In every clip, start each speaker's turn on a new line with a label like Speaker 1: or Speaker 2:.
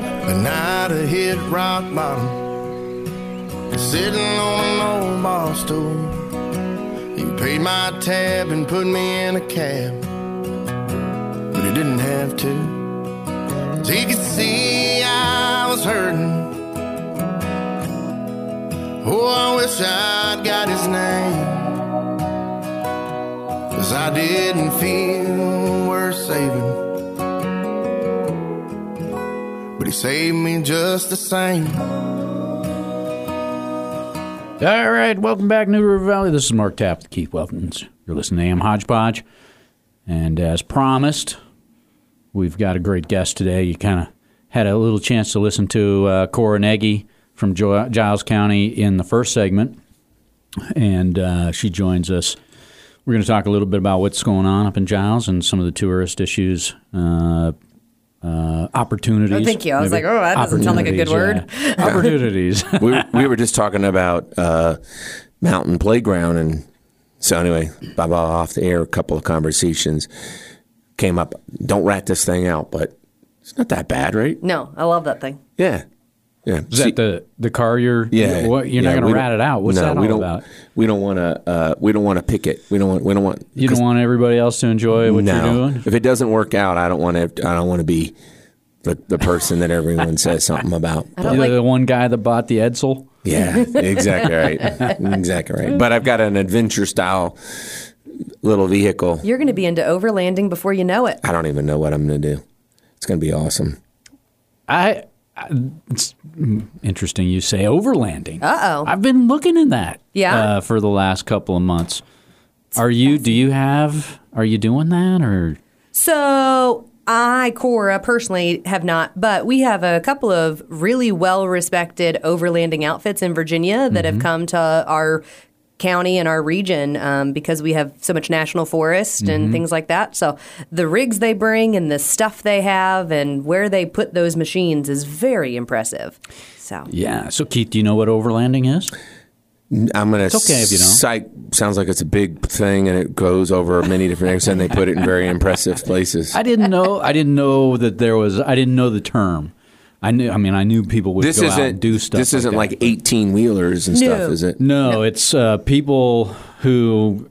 Speaker 1: night I hit rock bottom, sitting on an old bar stool. You paid my tab and put me in a cab, but you didn't have to. As you could see, I was hurting. Oh, I wish I'd got his name, 'cause I didn't feel worth saving. But he saved me just the same.
Speaker 2: All right, welcome back, New River Valley. This is Mark Tapp with Keith Weltons. You're listening to Am Hodgepodge. And as promised, we've got a great guest today. You kind of had a little chance to listen to uh, Cora Nagy from Gi- Giles County in the first segment. And uh, she joins us. We're going to talk a little bit about what's going on up in Giles and some of the tourist issues, uh, uh, opportunities.
Speaker 3: Oh, thank you. I was
Speaker 2: maybe.
Speaker 3: like, oh, that doesn't sound like a good
Speaker 2: Opportunities, yeah. opportunities.
Speaker 4: we, we were just talking about uh, mountain playground, and so anyway, blah blah off the air. A couple of conversations came up. Don't rat this thing out, but it's not that bad, right?
Speaker 3: No, I love that thing.
Speaker 4: Yeah, yeah.
Speaker 2: Is that the the car you're?
Speaker 4: yeah,
Speaker 2: What, you're
Speaker 4: yeah,
Speaker 2: not going
Speaker 4: we
Speaker 2: to rat
Speaker 4: don't-
Speaker 2: it out. What's
Speaker 4: no,
Speaker 2: that all
Speaker 4: we don't,
Speaker 2: about?
Speaker 4: We don't want to. Uh, we don't want to pick it. We don't want. We don't want.
Speaker 2: You don't want everybody else to enjoy what
Speaker 4: no.
Speaker 2: you're doing.
Speaker 4: If it doesn't work out, I don't want to. I don't want to be the, the person that everyone says something about.
Speaker 3: I
Speaker 4: but-
Speaker 3: don't
Speaker 2: You're
Speaker 3: like.
Speaker 2: the one guy that bought the Edsel.
Speaker 4: Yeah, exactly right. exactly right. But I've got an adventure style little vehicle.
Speaker 3: You're going to be into overlanding before you know it.
Speaker 4: I don't even know what I'm going to do. It's going to be awesome.
Speaker 2: I. I it's mm, interesting you say overlanding.
Speaker 3: Uh-oh.
Speaker 2: I've been looking in that.
Speaker 3: Yeah?
Speaker 2: Uh, for the last couple of months. Are you? Do you have? Are you doing that or?
Speaker 3: So I, Cora, personally have not, but we have a couple of really well respected overlanding outfits in Virginia that have come to our county and our region um, because we have so much national forest and things like that. So the rigs they bring and the stuff they have and where they put those machines is very impressive. So
Speaker 2: Yeah. So Keith, do you know what overlanding is?
Speaker 4: I'm going to.
Speaker 2: okay if you don't.
Speaker 4: sounds like it's a big thing, and it goes over many different areas, and they put it in very impressive places.
Speaker 2: I didn't know. I didn't know that there was. I didn't know the term. I knew. I mean, I knew people would
Speaker 4: this
Speaker 2: go
Speaker 4: isn't
Speaker 2: out and do stuff.
Speaker 4: This isn't
Speaker 2: that.
Speaker 4: like 18 wheelers and stuff,
Speaker 3: No.
Speaker 4: is it?
Speaker 2: No, it's uh, people who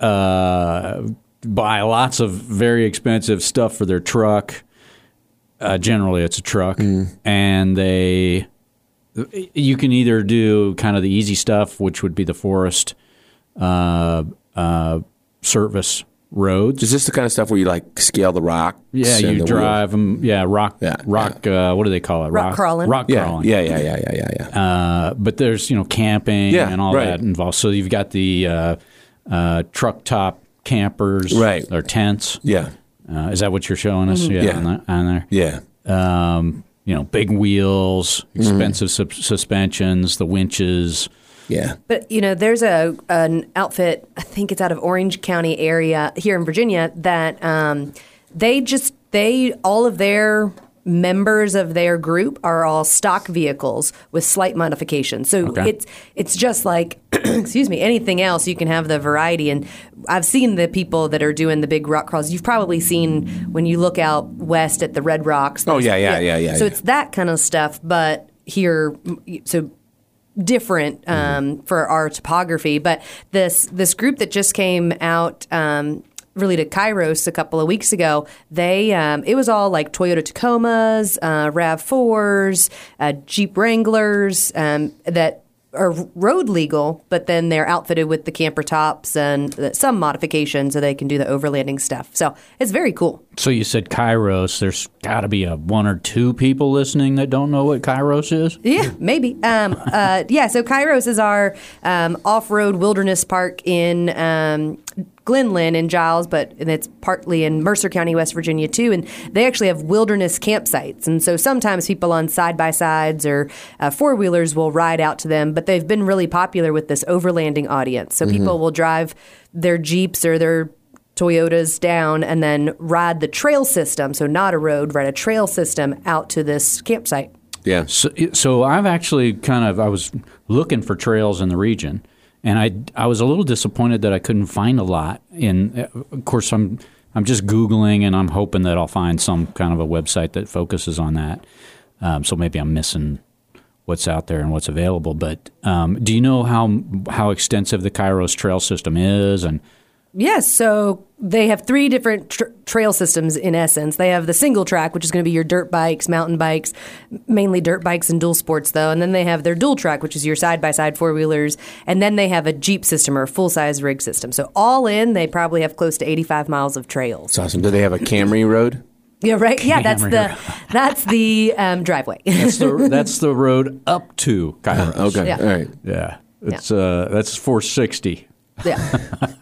Speaker 2: uh, buy lots of very expensive stuff for their truck. Uh, generally, it's a truck,
Speaker 4: Mm.
Speaker 2: and they you can either do kind of the easy stuff, which would be the forest uh, uh, service roads.
Speaker 4: Is this the kind of stuff where you like scale the rock?
Speaker 2: yeah, you drive them. Yeah, rock,
Speaker 4: Yeah,
Speaker 2: rock. Uh, what do they call it?
Speaker 3: Rock crawling.
Speaker 2: Rock
Speaker 4: Yeah,
Speaker 2: crawling.
Speaker 4: yeah, yeah, yeah, yeah, yeah, yeah.
Speaker 2: Uh, but there's you know camping
Speaker 4: Yeah,
Speaker 2: and all
Speaker 4: right.
Speaker 2: that involved. So you've got the uh, uh, truck top campers,
Speaker 4: Right.
Speaker 2: Or tents.
Speaker 4: yeah, Mm-hmm.
Speaker 2: Uh, is that what you're showing us? Yeah,
Speaker 4: Yeah.
Speaker 2: On, the, on there.
Speaker 4: yeah.
Speaker 2: Um, you know, big wheels,
Speaker 4: Mm-hmm.
Speaker 2: expensive sus- suspensions, the winches.
Speaker 4: Yeah.
Speaker 3: But you know, there's a an outfit. I think it's out of Orange County area here in Virginia that um, they just they all of their members of their group are all stock vehicles with slight modifications. So
Speaker 2: Okay.
Speaker 3: it's it's just like excuse me anything else you can have the variety and I've seen the people that are doing the big rock crawls. You've probably seen when you look out west at the Red Rocks.
Speaker 4: Oh, yeah,
Speaker 3: there's-
Speaker 4: yeah, yeah, yeah,
Speaker 3: So
Speaker 4: yeah.
Speaker 3: it's that kind of stuff, but here so different
Speaker 4: Mm-hmm.
Speaker 3: um, for our topography. But this this group that just came out. Um, Really to Kairos a couple of weeks ago, they um, it was all like Toyota Tacomas, uh, Rav Fours, uh, Jeep Wranglers um, that are road legal, but then they're outfitted with the camper tops and uh, some modifications so they can do the overlanding stuff. So it's very cool.
Speaker 2: So you said Kairos. There's got to be a one or two people listening that don't know what Kairos is.
Speaker 3: Yeah, maybe. Um, uh, yeah, so Kairos is our um, off road wilderness park in um, Glenlyn and Giles, but and it's partly in Mercer County, West Virginia, too. And they actually have wilderness campsites. And so sometimes people on side by sides or uh, four wheelers will ride out to them, but they've been really popular with this overlanding audience. So people will drive their Jeeps or their Toyotas down and then ride the trail system, so not a road, ride a trail system out to this campsite.
Speaker 4: Yeah.
Speaker 2: So, so I've actually kind of I was looking for trails in the region, and I I was a little disappointed that I couldn't find a lot. And uh, of course, I'm I'm just googling, and I'm hoping that I'll find some kind of a website that focuses on that. Um, so maybe I'm missing what's out there and what's available. But um, do you know how how extensive the Kairos trail system is? And
Speaker 3: Yes, so they have three different tr trail systems in essence. They have the single track, which is going to be your dirt bikes, mountain bikes, mainly dirt bikes and dual sports though, and then they have their dual track, which is your side by side four wheelers, and then they have a Jeep system or a full size rig system. So all in, they probably have close to 85 miles of trails.
Speaker 4: It's awesome. Do they have a Camry road?
Speaker 3: Yeah, right. Yeah, that's the
Speaker 2: Camera.
Speaker 3: that's the um, driveway.
Speaker 2: that's the that's the road up to Kairos.
Speaker 4: Okay.
Speaker 3: Yeah.
Speaker 4: All right.
Speaker 2: Yeah, it's uh that's 460.
Speaker 3: yeah.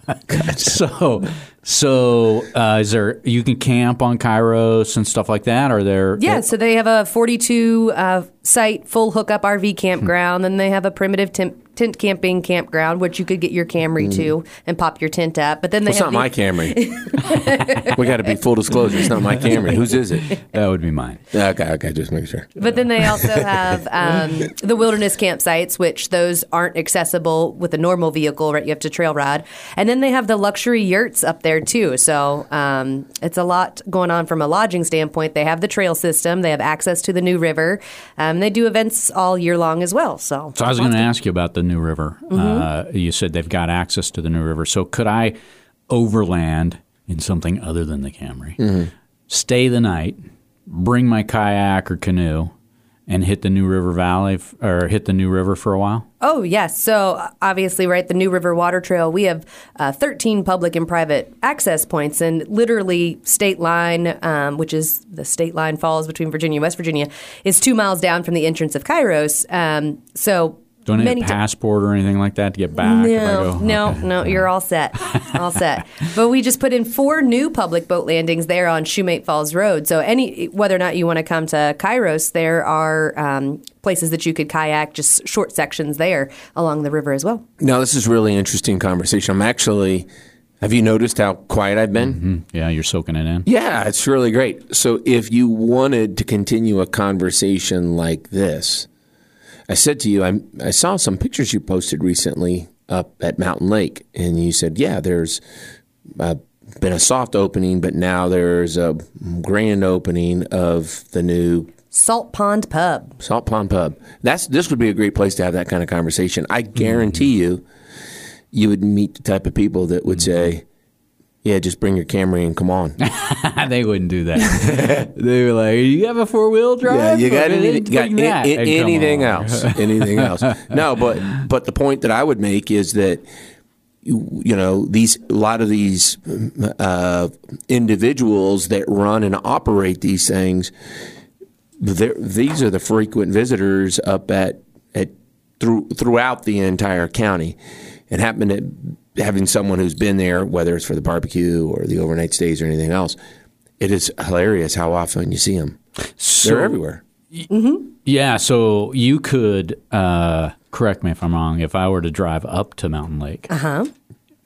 Speaker 2: So, so uh, is there you can camp on Kairos and stuff like that? Are there?
Speaker 3: Yeah, so they have a 42 uh, site full hookup RV campground, and they have a primitive temp- tent camping campground, which you could get your Camry to and pop your tent up. But then they
Speaker 4: Mm. It's
Speaker 3: have
Speaker 4: not my
Speaker 3: the-
Speaker 4: Camry. we got to be full disclosure. It's not my Camry. Whose is it?
Speaker 2: that would be mine.
Speaker 4: Okay, okay, just make sure.
Speaker 3: But then they also have um, the wilderness campsites, which those aren't accessible with a normal vehicle, right? You have to trail ride. And then they have the luxury yurts up there, too. So um, it's a lot going on from a lodging standpoint. They have the trail system, they have access to the new river. Um, they do events all year long as well. So,
Speaker 2: So I was going to ask you about the New River.
Speaker 3: Mm-hmm.
Speaker 2: Uh, you said they've got access to the New River. So could I overland in something other than the Camry,
Speaker 4: Mm-hmm.
Speaker 2: stay the night, bring my kayak or canoe, and hit the New River Valley f- or hit the New River for a while?
Speaker 3: Oh, yes. So, uh, obviously, right, the New River Water Trail, we have uh, 13 public and private access points, and literally, state line, um, which is the state line falls between Virginia and West Virginia, is two miles down from the entrance of Kairos. Um, so,
Speaker 2: Do I need
Speaker 3: many
Speaker 2: a
Speaker 3: ti-
Speaker 2: passport or anything like that to get back? if I
Speaker 3: no,
Speaker 2: go-
Speaker 3: no,
Speaker 2: Okay.
Speaker 3: no, you're all set. All set. But we just put in four new public boat landings there on Shoemate Falls Road. So any whether or not you want to come to Kairos, there are um, places that you could kayak just short sections there along the river as well.
Speaker 4: Now, this is really interesting conversation. I'm actually, have you noticed how quiet I've been?
Speaker 2: Hmm, Yeah, you're soaking it in.
Speaker 4: Yeah, it's really great. So, if you wanted to continue a conversation like this, I said to you, I, I saw some pictures you posted recently up at Mountain Lake, and you said, yeah, there's uh, been a soft opening, but now there's a grand opening of the new
Speaker 3: Salt Pond Pub.
Speaker 4: Salt Pond Pub. That's this would be a great place to have that kind of conversation. I guarantee you, you would meet the type of people that would say, "Yeah, just bring your Camry and come on."
Speaker 2: they wouldn't do that. they were like, "You have a four wheel drive?
Speaker 4: yeah, you got,
Speaker 2: Okay,
Speaker 4: any,
Speaker 2: then
Speaker 4: got
Speaker 2: bring
Speaker 4: a-
Speaker 2: that
Speaker 4: a-
Speaker 2: and come
Speaker 4: anything
Speaker 2: along."
Speaker 4: else? Anything else? No, but but the point that I would make is that you, you know these a lot of these uh, individuals that run and operate these things. they're- these are the frequent visitors up at at through, throughout the entire county, and happen to having someone who's been there, whether it's for the barbecue or the overnight stays or anything else. It is hilarious how often you see them.
Speaker 2: So-
Speaker 4: They're everywhere.
Speaker 2: Yeah, so you could uh, correct me if I'm wrong. If I were to drive up to Mountain Lake
Speaker 4: Uh-huh.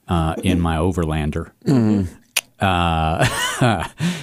Speaker 2: uh in my Overlander,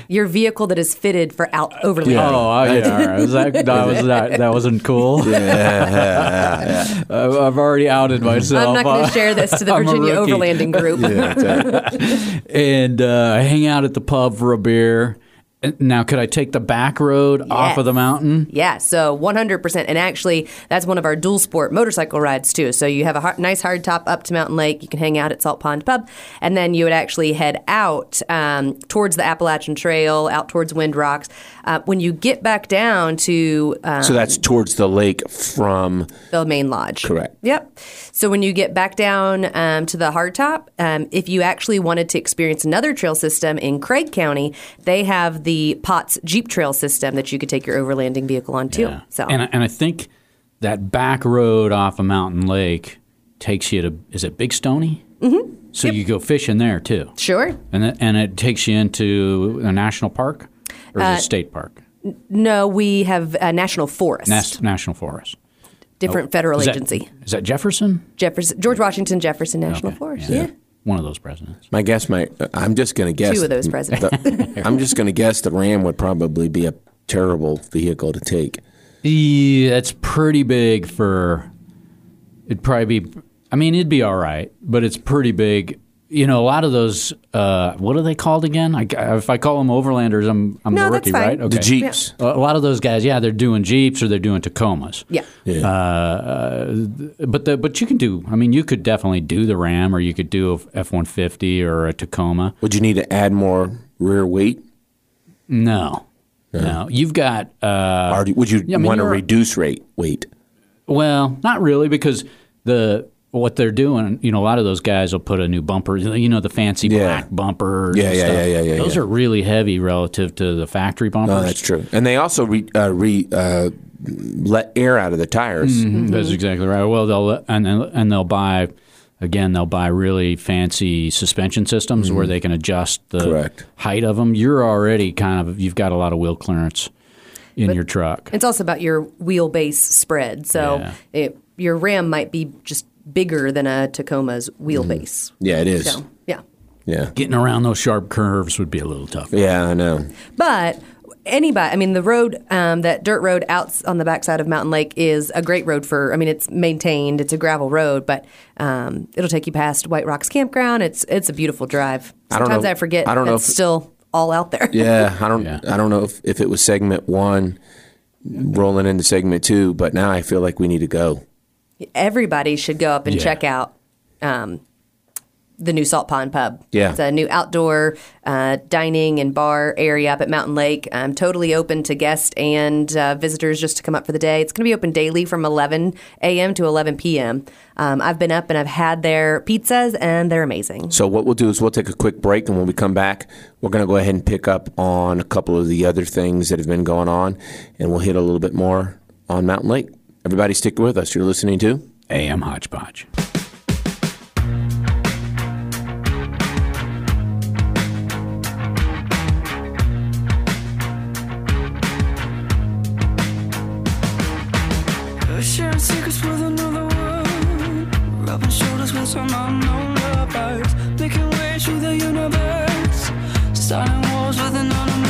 Speaker 3: Your vehicle that is fitted for out overland.
Speaker 2: oh uh, yeah, all right. Was that, that was that, that wasn't cool. I've I've already outed myself.
Speaker 3: I'm not going to share this to the
Speaker 2: I'm a
Speaker 3: Virginia
Speaker 2: rookie.
Speaker 3: Overlanding Group.
Speaker 2: and uh, hang out at the pub for a beer. And Now, could I take the back road off of the
Speaker 3: Yes.
Speaker 2: mountain?
Speaker 3: Yeah, so 100%. And actually, that's one of our dual sport motorcycle rides, too. So you have a har nice hard top up to Mountain Lake. You can hang out at Salt Pond Pub. And then you would actually head out um, towards the Appalachian Trail, out towards Wind Rocks. Uh, when you get back down to um,
Speaker 4: So that's towards the lake from
Speaker 3: the main lodge.
Speaker 4: Correct.
Speaker 3: Yep. So when you get back down um, to the hardtop, um, if you actually wanted to experience another trail system in Craig County, they have the Potts Jeep Trail system that you could take your overlanding vehicle on too. So
Speaker 2: And I, and I think that back road off of Mountain Lake takes you to is it Big Stony? Mm-hmm. So you go fishing there too,
Speaker 3: sure.
Speaker 2: and it, and it takes you into a national park or
Speaker 3: Uh,
Speaker 2: is it a state park,
Speaker 3: No, we have a national forest,
Speaker 2: Nas- national forest,
Speaker 3: different federal
Speaker 2: Is that-
Speaker 3: agency.
Speaker 2: Is that Jefferson?
Speaker 3: Jefferson, George Washington Jefferson National
Speaker 2: Okay,
Speaker 3: Forest. Yeah.
Speaker 2: one of those presidents.
Speaker 4: my guess. My I'm just going to guess
Speaker 3: Two of those presidents.
Speaker 4: the- I'm just going to guess the Ram would probably be a terrible vehicle to take.
Speaker 2: Yeah, that's pretty big for. It'd probably be. I mean, it'd be all right, but it's pretty big you know, a lot of those. Uh, what are they called again? I, if I call them overlanders, I'm I'm
Speaker 3: No,
Speaker 2: the
Speaker 3: that's
Speaker 2: rookie,
Speaker 3: fine.
Speaker 2: right?
Speaker 3: The
Speaker 2: Okay.
Speaker 4: The Jeeps.
Speaker 2: A lot of those guys, yeah, they're doing Jeeps or they're doing Tacomas.
Speaker 3: Yeah.
Speaker 4: Yeah.
Speaker 2: But the but you can do. I mean, you could definitely do the Ram, or you could do a F one fifty or a Tacoma.
Speaker 4: Would you need to add more rear weight?
Speaker 2: No, no, you've got uh,
Speaker 4: or do- would you
Speaker 2: I mean,
Speaker 4: want to
Speaker 2: you're-
Speaker 4: reduce rate weight?
Speaker 2: well, not really because the what they're doing. You know, a lot of those guys will put a new bumper. You know, the fancy
Speaker 4: Yeah.
Speaker 2: black bumpers.
Speaker 4: Yeah,
Speaker 2: and
Speaker 4: yeah,
Speaker 2: stuff.
Speaker 4: yeah, yeah, yeah,
Speaker 2: Those
Speaker 4: yeah.
Speaker 2: are really heavy relative to the factory bumpers.
Speaker 4: Oh, that's true. And they also re, uh, re uh, let air out of the tires.
Speaker 2: Mm-hmm, That's exactly right. Well, they'll and and they'll buy again. They'll buy really fancy suspension systems where they can adjust the
Speaker 4: Mm-hmm. Correct.
Speaker 2: height of them. You're already kind of you've got a lot of wheel clearance in your truck.
Speaker 3: It's also about your wheelbase spread. So
Speaker 2: Yeah.
Speaker 3: it, your Ram might be just bigger than a Tacoma's
Speaker 2: Mm.
Speaker 3: wheelbase.
Speaker 4: Yeah, it is.
Speaker 3: So, yeah.
Speaker 4: Yeah.
Speaker 2: Getting around those sharp curves would be a little tough.
Speaker 4: Yeah, I know.
Speaker 3: But anybody, I mean, the road, um, that dirt road out on the backside of Mountain Lake is a great road for. I mean, it's maintained. It's a gravel road, but um, it'll take you past White Rocks Campground. It's it's a beautiful drive.
Speaker 4: I don't
Speaker 3: Sometimes
Speaker 4: know-
Speaker 3: forget.
Speaker 4: I don't know
Speaker 3: that's
Speaker 4: if-
Speaker 3: still all out there.
Speaker 4: Yeah, I don't.
Speaker 2: Yeah.
Speaker 4: I don't know if, if it was segment one rolling into segment two, but now I feel like we need to go.
Speaker 3: Everybody should go up and
Speaker 2: Yeah.
Speaker 3: check out. Um, the new Salt Pond Pub.
Speaker 4: Yeah.
Speaker 3: It's a new outdoor uh, dining and bar area up at Mountain Lake. Um, totally open to guests and uh, visitors just to come up for the day. It's going to be open daily from 11 a.m. to 11 p.m. Um, I've been up and I've had their pizzas and they're amazing.
Speaker 4: So what we'll do is we'll take a quick break, and when we come back, we're going to go ahead and pick up on a couple of the other things that have been going on, and we'll hit a little bit more on Mountain Lake. Everybody, stick with us. You're listening to.
Speaker 2: AM hodgepodge.
Speaker 5: Sharing secrets with another world. Rubbing shoulders with some unknown lovers. Making way through the universe. Starting wars with anonymous.